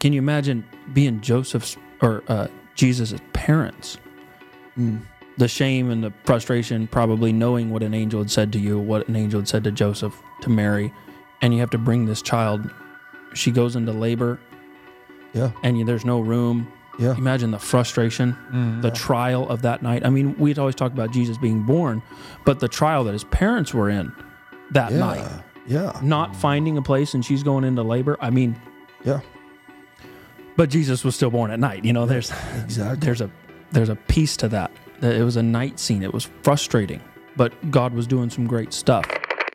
Can you imagine being Joseph's or uh, Jesus' parents? The shame and the frustration, probably knowing what an angel had said to you, what an angel had said to Joseph, to Mary, and you have to bring this child. She goes into labor, Yeah. and you, there's no room. Yeah. Imagine the frustration, the trial of that night. I mean, we'd always talk about Jesus being born, but the trial that his parents were in that Yeah. night, Yeah. not finding a place and she's going into labor. I mean, Yeah. but Jesus was still born at night. You know, there's Exactly. there's a there's a piece to that. That It was a night scene. It was frustrating, but God was doing some great stuff.